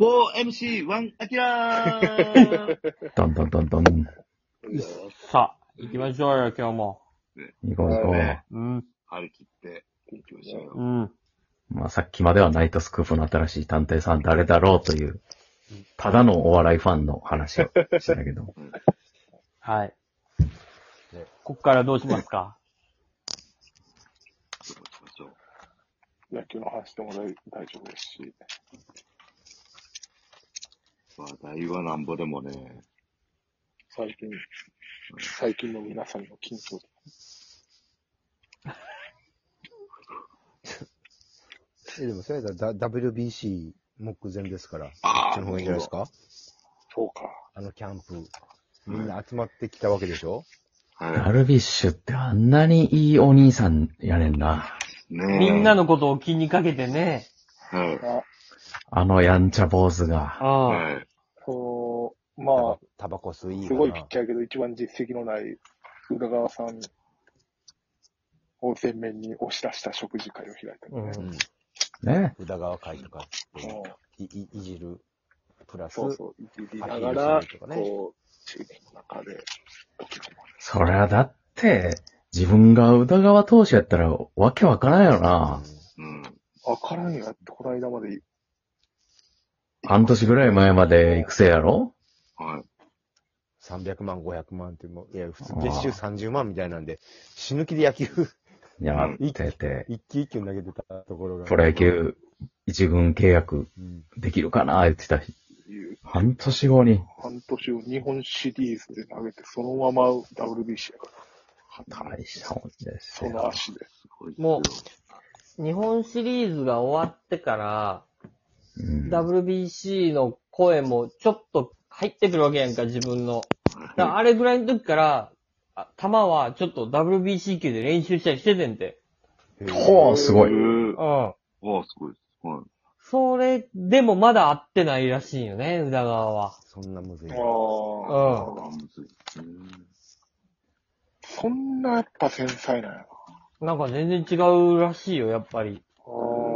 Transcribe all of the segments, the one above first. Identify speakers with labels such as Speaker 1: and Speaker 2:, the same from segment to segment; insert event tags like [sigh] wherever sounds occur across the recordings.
Speaker 1: 4MC1 アキラー
Speaker 2: どんどんどんどん。行
Speaker 3: さあ、行きましょうよ、今日も。
Speaker 2: こう行こう。
Speaker 3: うん、
Speaker 1: 張り切っていきましょうよ。
Speaker 3: うん。
Speaker 2: まあさっきまではナイトスクープの新しい探偵さん誰だろうという、ただのお笑いファンの話をしてたけど。
Speaker 3: はい
Speaker 1: ね。
Speaker 3: こっからどうしますか
Speaker 1: 行きましょう。
Speaker 4: 野球の話でも大大丈夫ですし、
Speaker 1: 話題はなんぼでもね、
Speaker 4: 最近、最近の皆さんの緊張
Speaker 5: え、でも、それだったらだ WBC 目前ですから、
Speaker 1: あー
Speaker 5: そっちの方がいいんじゃないですか
Speaker 4: そうか。
Speaker 5: あのキャンプ。みんな集まってきたわけでしょ、
Speaker 2: ダ
Speaker 1: は
Speaker 2: ルビッシュってあんなにいいお兄さんやねんな。
Speaker 1: い。ねえ
Speaker 3: みんな、のことを気にかけてね。
Speaker 1: はい。
Speaker 2: あのやんちゃ坊主が。
Speaker 3: あ
Speaker 1: はい。
Speaker 4: そう、ま
Speaker 5: タバコ吸い
Speaker 4: あ、
Speaker 5: い
Speaker 4: す
Speaker 5: か
Speaker 4: ごいピッ
Speaker 5: な。
Speaker 4: チャーやけど、一番実績のない宇田川さんを全面に押し出した食事会を開いたのね。
Speaker 5: うん。
Speaker 2: ね。
Speaker 5: 宇田川会とかっていう
Speaker 4: うん
Speaker 5: い、いいじる、プラス、
Speaker 4: そうそう、いじりなが
Speaker 5: ア
Speaker 4: ら
Speaker 5: ピールすると、かね
Speaker 4: こう、チームの中で、ドキドキ
Speaker 2: そりゃだって、自分が宇田川投手やったらわけわからんよな。
Speaker 1: うん。
Speaker 4: わからんよ、やってこの間まで、
Speaker 2: 半年ぐらい前まで育成やろ
Speaker 1: はい。
Speaker 5: 300万、500万ってもう、いや、普通
Speaker 2: あー
Speaker 5: 月収30万みたいなんで、死ぬ気で野球、
Speaker 2: やってて、
Speaker 5: 一球一球投げてたところが。
Speaker 2: プロ野球一軍契約
Speaker 5: うん。
Speaker 2: できるかな言ってたし
Speaker 4: いう
Speaker 2: 半年後に。
Speaker 4: 半年を日本シリーズで投げて、そのまま WBC やから、
Speaker 2: 大したもんです
Speaker 4: そ
Speaker 2: よ
Speaker 4: の。足で。
Speaker 3: もあ。日本シリーズが終わってから、
Speaker 2: うん、
Speaker 3: WBC の声もちょっと入ってくるわけやんか、自分の。だから
Speaker 1: は
Speaker 3: あれぐらいの時から、あ球はちょっと WBC 級で練習したりしててんて。
Speaker 5: へ
Speaker 2: ほう、すご
Speaker 1: い。
Speaker 2: い。
Speaker 1: う
Speaker 3: うん。
Speaker 1: おすごい。はい。
Speaker 3: それでもまだ合ってないらしいよね、宇田川は。
Speaker 5: そんなむずい。
Speaker 4: ああ。
Speaker 3: うん。
Speaker 1: あ、むずい。うん
Speaker 4: そんなやっぱ繊細なんやな。
Speaker 3: なんか全然違うらしいよ、やっぱり。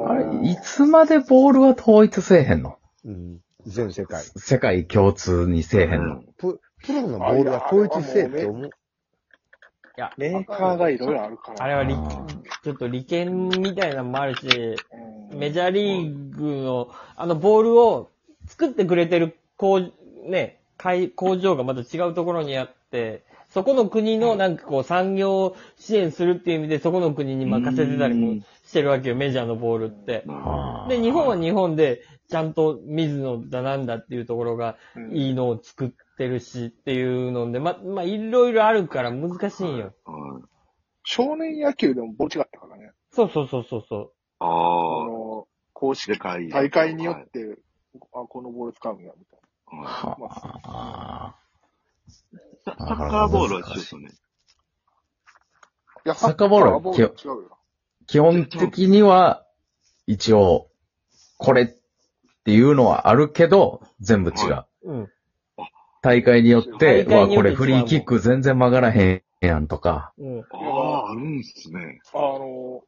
Speaker 2: あれ、いつまでボールは統一せえへんの
Speaker 5: うん。全世界。
Speaker 2: 世界共通にせえへんの、
Speaker 5: ププロのボールは統一せえって思う。
Speaker 3: いや、
Speaker 4: メーカーがいろいろあるから。
Speaker 3: あれはり
Speaker 2: あー
Speaker 3: ちょっと利権みたいなのもあるし、
Speaker 4: うん
Speaker 3: メジャーリーグの、あのボールを作ってくれてる工、ね、会工場がまた違うところにあって、そこの国のなんかこう産業支援するっていう意味でそこの国に任せてたりもしてるわけよ、メジャーのボールって。
Speaker 2: ああ
Speaker 3: で、日本は日本でちゃんと水野だなんだっていうところが
Speaker 4: うん
Speaker 3: いいのを作ってるしっていうので、ま、まあ、いろいろあるから難しいんよ。
Speaker 1: はい。
Speaker 4: 少年野球でもぼちがったからね。
Speaker 3: そうそうそうそうそう。
Speaker 4: あ
Speaker 1: あ
Speaker 4: の、公
Speaker 1: あ、で
Speaker 4: 式
Speaker 1: かい。
Speaker 4: 大会によって、あ、このボール使うんや、みたい
Speaker 1: はい。
Speaker 2: は
Speaker 4: ま
Speaker 2: あ
Speaker 1: ササッカーボールは一緒ですよね。
Speaker 4: な。いや、
Speaker 2: サッカーボールは
Speaker 4: サッカ違うよ
Speaker 2: 基本的には、一応、これっていうのはあるけど、全部違う。
Speaker 3: うん。
Speaker 2: 大会によって、
Speaker 3: 大会
Speaker 2: わ、
Speaker 3: によって違う
Speaker 2: これフリーキック全然曲がらへんやんとか。
Speaker 3: うん。
Speaker 1: ああ、あるんすね。
Speaker 4: な。あの、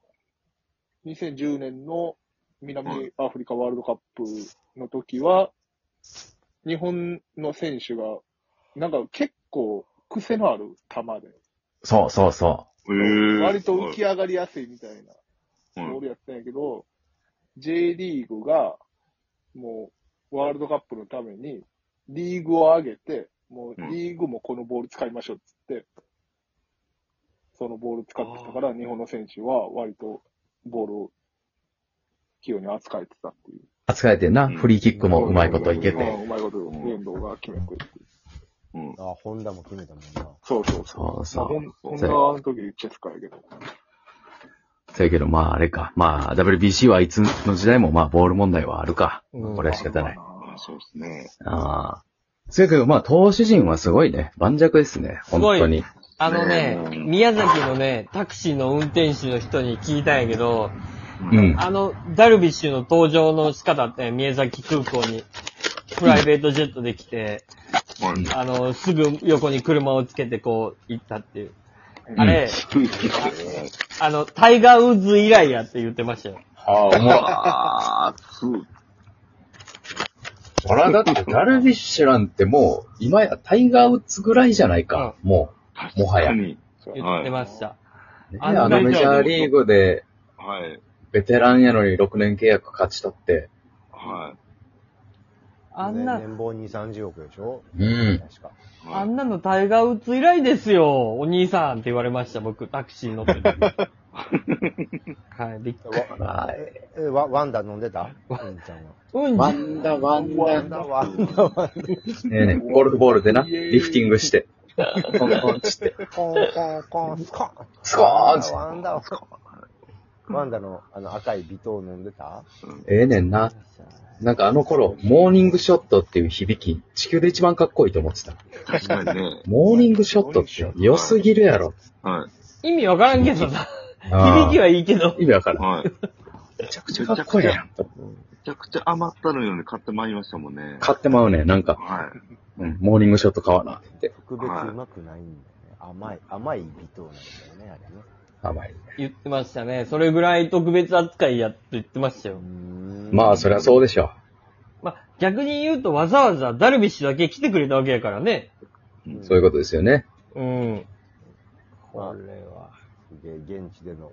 Speaker 4: 2010年の南アフリカワールドカップの時は、日本の選手が、なんか結構癖のある球で、
Speaker 2: そうそうそ
Speaker 1: ええ。
Speaker 4: 割と浮き上がりやすいみたいな。
Speaker 1: はい
Speaker 4: ボールやったんやけど、J リーグが、もう、ワールドカップのために、リーグを上げて、もう、
Speaker 1: うん
Speaker 4: リーグもこのボール使いましょうっつって、そのボール使ってたから、日本の選手は割とボールを器用に扱えてたっていう。
Speaker 2: う。扱えてんな、
Speaker 1: うん
Speaker 2: フリーキックもうまいこといけ
Speaker 4: う
Speaker 2: て。
Speaker 4: んうまいこと、遠藤が決めてっていう。
Speaker 1: うん。
Speaker 5: あ、ホンダも決めたもんな。
Speaker 4: そうそうそう。
Speaker 2: そう
Speaker 4: ま
Speaker 2: そ
Speaker 4: あ、
Speaker 2: う
Speaker 4: ほ。んほんのあの時チェスカやけど。
Speaker 2: そうやけど、まああれか。まあ WBC はいつの時代もまあボール問題はあるか。
Speaker 3: うん
Speaker 2: これは仕方ない。
Speaker 1: ああ、そうですね。
Speaker 2: ああ。そうやけど、まあ投手陣はすごいね。盤石ですね。
Speaker 3: す
Speaker 2: 本
Speaker 3: ごい
Speaker 2: 当に。
Speaker 3: あのね
Speaker 1: う、ん
Speaker 3: 宮崎のね、タクシーの運転手の人に聞いたんやけど、
Speaker 2: うん。
Speaker 3: あの、ダルビッシュの登場の仕方って、宮崎空港に、プライベートジェットで来て、
Speaker 1: はい。
Speaker 3: あの、すぐ横に車をつけてこう、行ったっていう。あれ、あの、タイガー・ウッズ以来やって言ってましたよ。
Speaker 2: ああ、おもろ。
Speaker 1: ああ、そう。
Speaker 2: ほら、だってダルビッシュなんてもう、今やタイガー・ウッズぐらいじゃないか、ももはや
Speaker 1: 確かに。
Speaker 3: 言
Speaker 1: はい
Speaker 3: ってました。
Speaker 2: う。ね
Speaker 3: あ
Speaker 2: あ
Speaker 3: の
Speaker 2: のメジャーリーグで、
Speaker 1: はい。
Speaker 2: ベテランやのに6年契約勝ち取って、
Speaker 1: は
Speaker 3: あんな、
Speaker 5: 年俸2、30億でしょ
Speaker 2: うん。
Speaker 5: 確か。
Speaker 1: い。
Speaker 3: あ
Speaker 1: はい
Speaker 3: んなのタイガー打つ以来ですよ、お兄さんって言われました、僕、タクシー乗って [laughs] て。はい、びっくり。
Speaker 2: は
Speaker 5: え、ワワンダ飲んでたうんちゃんは。
Speaker 3: うん
Speaker 2: い。
Speaker 3: じ、
Speaker 2: ワンダ、ワン
Speaker 5: ワ
Speaker 2: ダ
Speaker 5: ン。ダ、ワンダ、ワン
Speaker 2: ねえねえゴルフボールでな、リフティング [laughs] して、コンコンっつって、
Speaker 5: ダ。コンコンコン、スコン
Speaker 2: スコーンっつっ
Speaker 5: ワンダ、ワンダ、スコンワンダのあの赤い微糖飲んでた
Speaker 2: て、ええねんな。なんかあの頃、モーニングショットっていう響き、地球で一番かっこいいと思ってた。
Speaker 1: 確かにね。
Speaker 2: モーニングショットって良すぎるやろ。
Speaker 1: は
Speaker 3: 意味わからんけどな。
Speaker 2: [laughs] あ
Speaker 3: 響
Speaker 2: あ
Speaker 3: きはいいけど。
Speaker 2: 意味わか
Speaker 1: い。
Speaker 2: らん。
Speaker 1: はい。め
Speaker 2: めちゃくちゃかっこいいやん。
Speaker 1: ちゃくちゃ余ったのように買ってまいりましたもんね。
Speaker 2: 買ってまうね。なんか、
Speaker 1: は
Speaker 2: うん、モーニングショット買わなって言って。
Speaker 5: 特別うまくないんだよね。甘い、甘い微糖なんだよね、あれね。
Speaker 2: 甘い。
Speaker 3: 言ってましたね。それぐらい特別扱いやって言ってましたよ
Speaker 5: うー。ん
Speaker 2: まあ、そりゃそうでしょ
Speaker 3: まあ、逆に言うとわざわざダルビッシュだけ来てくれたわけやからね。
Speaker 1: うん
Speaker 2: う。そういうことですよね。
Speaker 3: うん。
Speaker 5: まあ
Speaker 3: これは。
Speaker 5: で、現地での、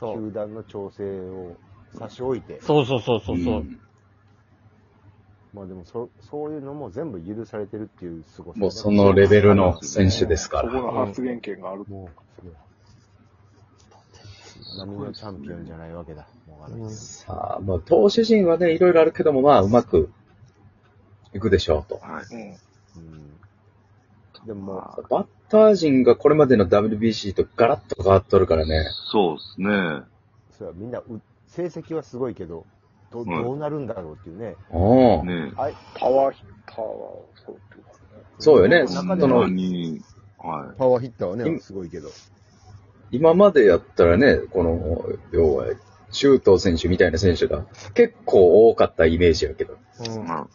Speaker 3: そう。
Speaker 5: 球団の調整を差し置いて、
Speaker 3: そうそうそうそうそう。
Speaker 2: ん
Speaker 5: まあでもそ、そういうのも全部許されてるっていうすごさ。
Speaker 2: もうそのレベルの選手ですか
Speaker 4: ここ
Speaker 2: ら。
Speaker 4: の発言権がある。
Speaker 5: もう、すごい。波のチャンピオンじゃないわけだ。もうあの人
Speaker 2: さあ、もう投手陣はね、いろいろあるけども、まあ、うまくいくでしょうと。
Speaker 1: はい。
Speaker 4: うん。
Speaker 5: うん。でももう、
Speaker 2: バッター陣がこれまでの WBC とガラッと変わっとるからね。
Speaker 1: そうですね。
Speaker 5: それはみんなう、成績はすごいけど、ど
Speaker 1: はい
Speaker 5: どうなるんだろうっていうね。
Speaker 2: おお、
Speaker 1: ね
Speaker 5: はい。
Speaker 4: パワー、パワーをそうっていうことね。
Speaker 2: そうよね。そ
Speaker 5: 中
Speaker 1: 本
Speaker 5: で
Speaker 1: 当
Speaker 2: の
Speaker 1: に、は
Speaker 5: パワーヒッターは
Speaker 2: 今
Speaker 5: すごいけど。
Speaker 2: 今までやったらね、この、要は、周東選手みたいな選手が結構多かったイメージやけど、
Speaker 1: い。まあ、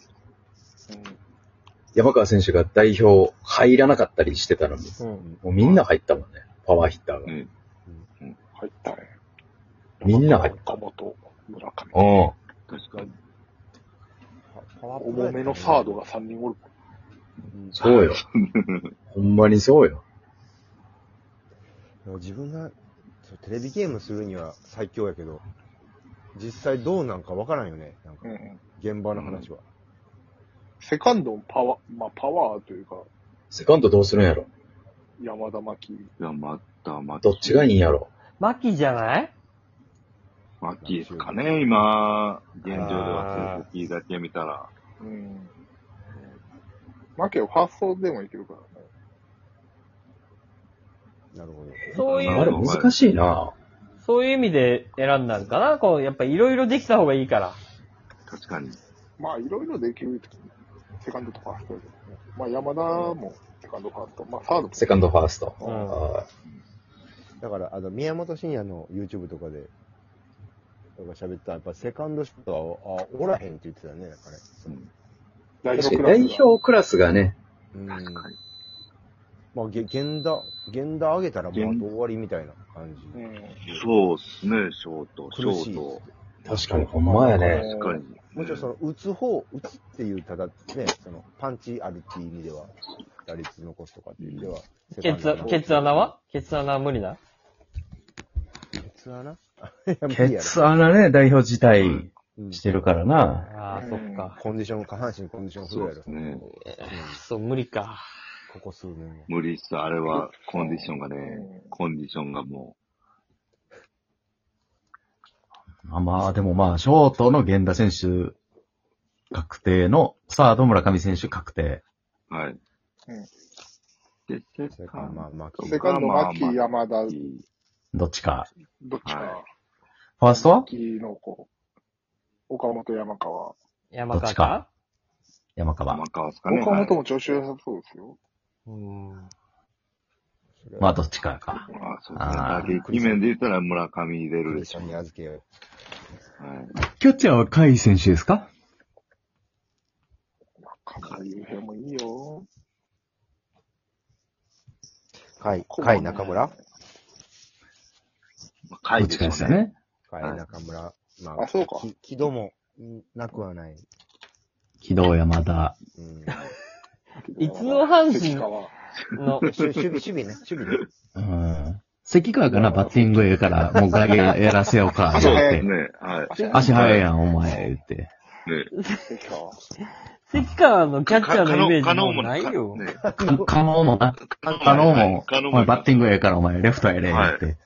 Speaker 2: 山川選手が代表入らなかったりしてたのに、
Speaker 3: うん。
Speaker 2: もうみんな入ったもんね。パワーヒッター
Speaker 1: う
Speaker 2: が。
Speaker 1: ん。
Speaker 4: 入ったね。
Speaker 2: みんな入っ
Speaker 4: 岡本、村上。
Speaker 2: おお。
Speaker 1: 確かに。
Speaker 5: パワープロ
Speaker 4: 重
Speaker 5: やね
Speaker 4: めのサードが3人おる。
Speaker 5: うん
Speaker 2: そうよ。ほんまにそうよ。
Speaker 5: でも自分がそうテレビゲームするには最強やけど、実際どうなんかわからんよね。なんか
Speaker 4: う、ん。
Speaker 5: 現場の話は。
Speaker 4: セカンドもパワー、まあパワーというか、
Speaker 2: セカンドどうするんやろ
Speaker 4: 山田真紀。
Speaker 1: いや、また、また
Speaker 2: どっ、ちがいいんやろ
Speaker 3: マキじゃない
Speaker 1: マッキーですかね、今、現状では
Speaker 3: あー
Speaker 1: 成績だけ見たら。
Speaker 4: うん。真紀はファーストでもいけるからね。
Speaker 5: なるほど。
Speaker 3: そうい
Speaker 2: あ
Speaker 3: う、
Speaker 2: れ難しいな。
Speaker 3: そういう意味で選んだんかなこう、やっぱいろいろできた方がいいから。
Speaker 1: 確かに。
Speaker 4: まあいろいろできるけどね。セカンドとファーストやけどね。まあ山田もセカンドファースト。まあサードも
Speaker 2: セカンドファースト。
Speaker 3: うん
Speaker 2: あ
Speaker 5: だから、あの、宮本慎也の YouTube とかで、なんか喋った、やっぱセカンドショットは、あ、おらへんって言ってたね、なんかね。
Speaker 2: ー確か
Speaker 4: 代表クラス
Speaker 2: に代
Speaker 4: が。
Speaker 2: 表クラスがね、
Speaker 5: うん。
Speaker 1: 確かに。
Speaker 5: まあ、げ、源田、源田上げたらもうあと終わりみたいな感じ。
Speaker 4: うん。
Speaker 1: そうですね、ショート、シ
Speaker 5: 苦し
Speaker 1: ョー
Speaker 5: い
Speaker 1: ト。
Speaker 2: 確かにほんまやね。
Speaker 1: 確かに。
Speaker 5: もちろんその、打つ方、打つっていう、ただね、その、パンチあるっていう意味では、打率残すとかっていう意味では、
Speaker 3: ケツ、ケツ穴はケツ穴は無理な。
Speaker 5: ケツ穴いや無理
Speaker 2: ケ
Speaker 5: やろ
Speaker 2: ツ穴ね、代表辞退
Speaker 5: うん
Speaker 2: してるからな。
Speaker 3: ああ、そっか。
Speaker 5: コンディション、下半身コンディションフル
Speaker 1: そう
Speaker 5: や
Speaker 1: で
Speaker 5: ろ
Speaker 1: す。ね。
Speaker 3: そう、無理か。
Speaker 5: ここ数年は。
Speaker 1: 無理した、あれは、コンディションがね
Speaker 4: う、
Speaker 1: コンディションがも
Speaker 2: まあまあ、でもまあ、ショートの源田選手確定の、サード村上選手確定。
Speaker 1: う、はい。
Speaker 4: うん
Speaker 1: で、セ
Speaker 5: それか
Speaker 1: カ
Speaker 5: ら、
Speaker 1: ン
Speaker 5: まあ、まあ、
Speaker 1: ド
Speaker 4: セカンド真紀、山田、
Speaker 2: どっちか。
Speaker 4: どっち
Speaker 1: は
Speaker 4: か。
Speaker 2: ファーストは
Speaker 4: 真紀の子。岡本、山川。
Speaker 3: 山
Speaker 2: どっ
Speaker 3: 川
Speaker 2: ちか山川
Speaker 1: 山。川ですかね。
Speaker 4: 岡本
Speaker 1: も。
Speaker 4: も調子良さそうですよ。
Speaker 3: うん。
Speaker 5: それ
Speaker 2: まあ、
Speaker 5: は、
Speaker 2: どっちかか。
Speaker 1: あそう
Speaker 2: あ
Speaker 1: ですね。打撃面で言ったら村上出
Speaker 5: ク
Speaker 1: る
Speaker 5: リ
Speaker 1: で
Speaker 5: ス
Speaker 1: し
Speaker 5: チ
Speaker 1: ょ
Speaker 5: ャ
Speaker 1: う
Speaker 5: ンに
Speaker 1: ね。
Speaker 5: 預けよう。
Speaker 1: はい。
Speaker 2: キャッチャーは甲斐選手ですか
Speaker 4: 中村悠平もいいよ。ここはね
Speaker 5: 甲斐、甲斐中村
Speaker 1: まあ、甲斐
Speaker 2: どっ
Speaker 1: でしょ
Speaker 2: ちか
Speaker 1: う
Speaker 2: ですよ
Speaker 1: ね。
Speaker 2: ね。
Speaker 5: 甲斐中村。ま
Speaker 4: あそうか
Speaker 5: き木戸も、うんなくはない。
Speaker 2: 軌道山田。
Speaker 5: うん。
Speaker 3: いつの阪神
Speaker 4: 関川
Speaker 3: の、
Speaker 5: 守守守備ね、守備ね。
Speaker 2: うん。関川からバッティングええから、もう外野やらせようか、
Speaker 1: 足
Speaker 2: 言う
Speaker 1: 早いです
Speaker 2: て。
Speaker 1: ね。はい。
Speaker 2: 足早いやん、お前、言って。
Speaker 1: ね
Speaker 4: 関川
Speaker 3: 関川のキャッチャーのイメー
Speaker 1: 可
Speaker 3: ジ
Speaker 1: 能
Speaker 3: も
Speaker 1: も
Speaker 3: うないよ。
Speaker 1: ね
Speaker 2: か可能もな。可能も、
Speaker 1: 可能
Speaker 2: お前バッティングええから、お前レフトやれ、言
Speaker 1: はいう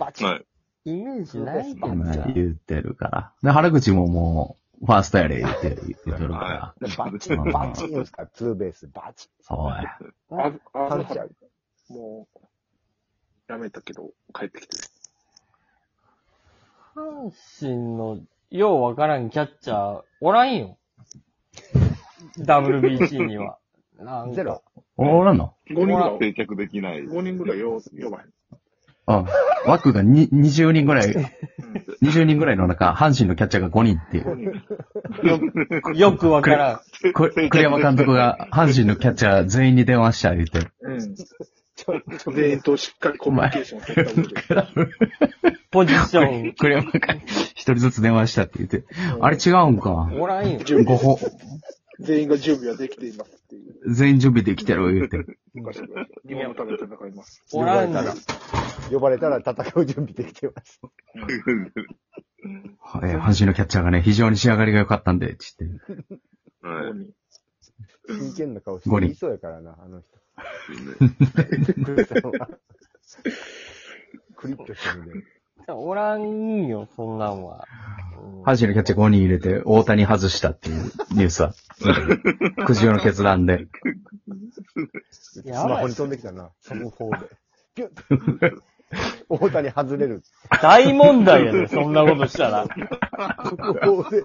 Speaker 5: バチッ
Speaker 1: はい。
Speaker 3: イメージないよ。
Speaker 2: て。言ってるから。で、原口ももう、ファーストやれ、言って、言ってるから
Speaker 1: は。
Speaker 5: バチッ、バチッですから、ツーベース、バチ
Speaker 2: そうや。
Speaker 4: あず、
Speaker 5: ッ。
Speaker 4: あ
Speaker 5: パ
Speaker 4: ず
Speaker 5: ンチ
Speaker 4: は
Speaker 5: ある。
Speaker 4: もう、やめたけど、帰ってきてる。
Speaker 3: 阪神の、ようわからんキャッチャー、おらん
Speaker 5: [laughs]
Speaker 3: よ。WBC には。なんか
Speaker 5: ゼロ。。
Speaker 2: おらんの
Speaker 1: 5
Speaker 4: 5人ぐ
Speaker 1: [laughs] 人
Speaker 4: ら、
Speaker 1: はい定着できない。
Speaker 4: 5人ぐらいよう呼ばへん。
Speaker 2: うん。枠がに20人ぐらい、20人ぐらいの中、阪神のキャッチャーが5人っていう。
Speaker 4: 5人。
Speaker 3: よくわからん。
Speaker 2: こ栗山監督が阪神のキャッチャー全員に電話した言うて。
Speaker 4: うん。
Speaker 5: ちょっと、
Speaker 4: 全員としっかりコミュニケーションを取った上で。
Speaker 3: ポジション、
Speaker 2: 栗山が一人ずつ電話したって言って。あれ違うんか。
Speaker 3: おらん
Speaker 5: [laughs]
Speaker 3: よ。
Speaker 4: 準
Speaker 2: ご
Speaker 4: 備
Speaker 2: ほ、
Speaker 4: 全員が準備はできていますっていう。
Speaker 2: 全員準備できてる言うて。
Speaker 4: 昔から日本のために戦います。
Speaker 3: おらんよ。
Speaker 5: 呼ばれたら戦う準備できてます。
Speaker 2: えー阪神のキャッチャーがね、非常に仕上がりが良かったんで、つって。
Speaker 1: [laughs] は
Speaker 4: 5
Speaker 1: い。
Speaker 4: 人。
Speaker 5: 真剣な顔し
Speaker 2: 五
Speaker 5: て
Speaker 2: 人
Speaker 5: いそうやからな、あの人。クリップしてるんで。
Speaker 3: おらんよ、そんなんは。
Speaker 2: 阪神のキャッチャー5人入れて、大谷外したっていうニュース [laughs] は。苦渋の決断で。
Speaker 5: ス
Speaker 3: やばい
Speaker 5: マホに飛んできたな、速報で。ピュッ大谷外れる。
Speaker 3: 大問題やで、そんなことしたら。
Speaker 5: 速報で。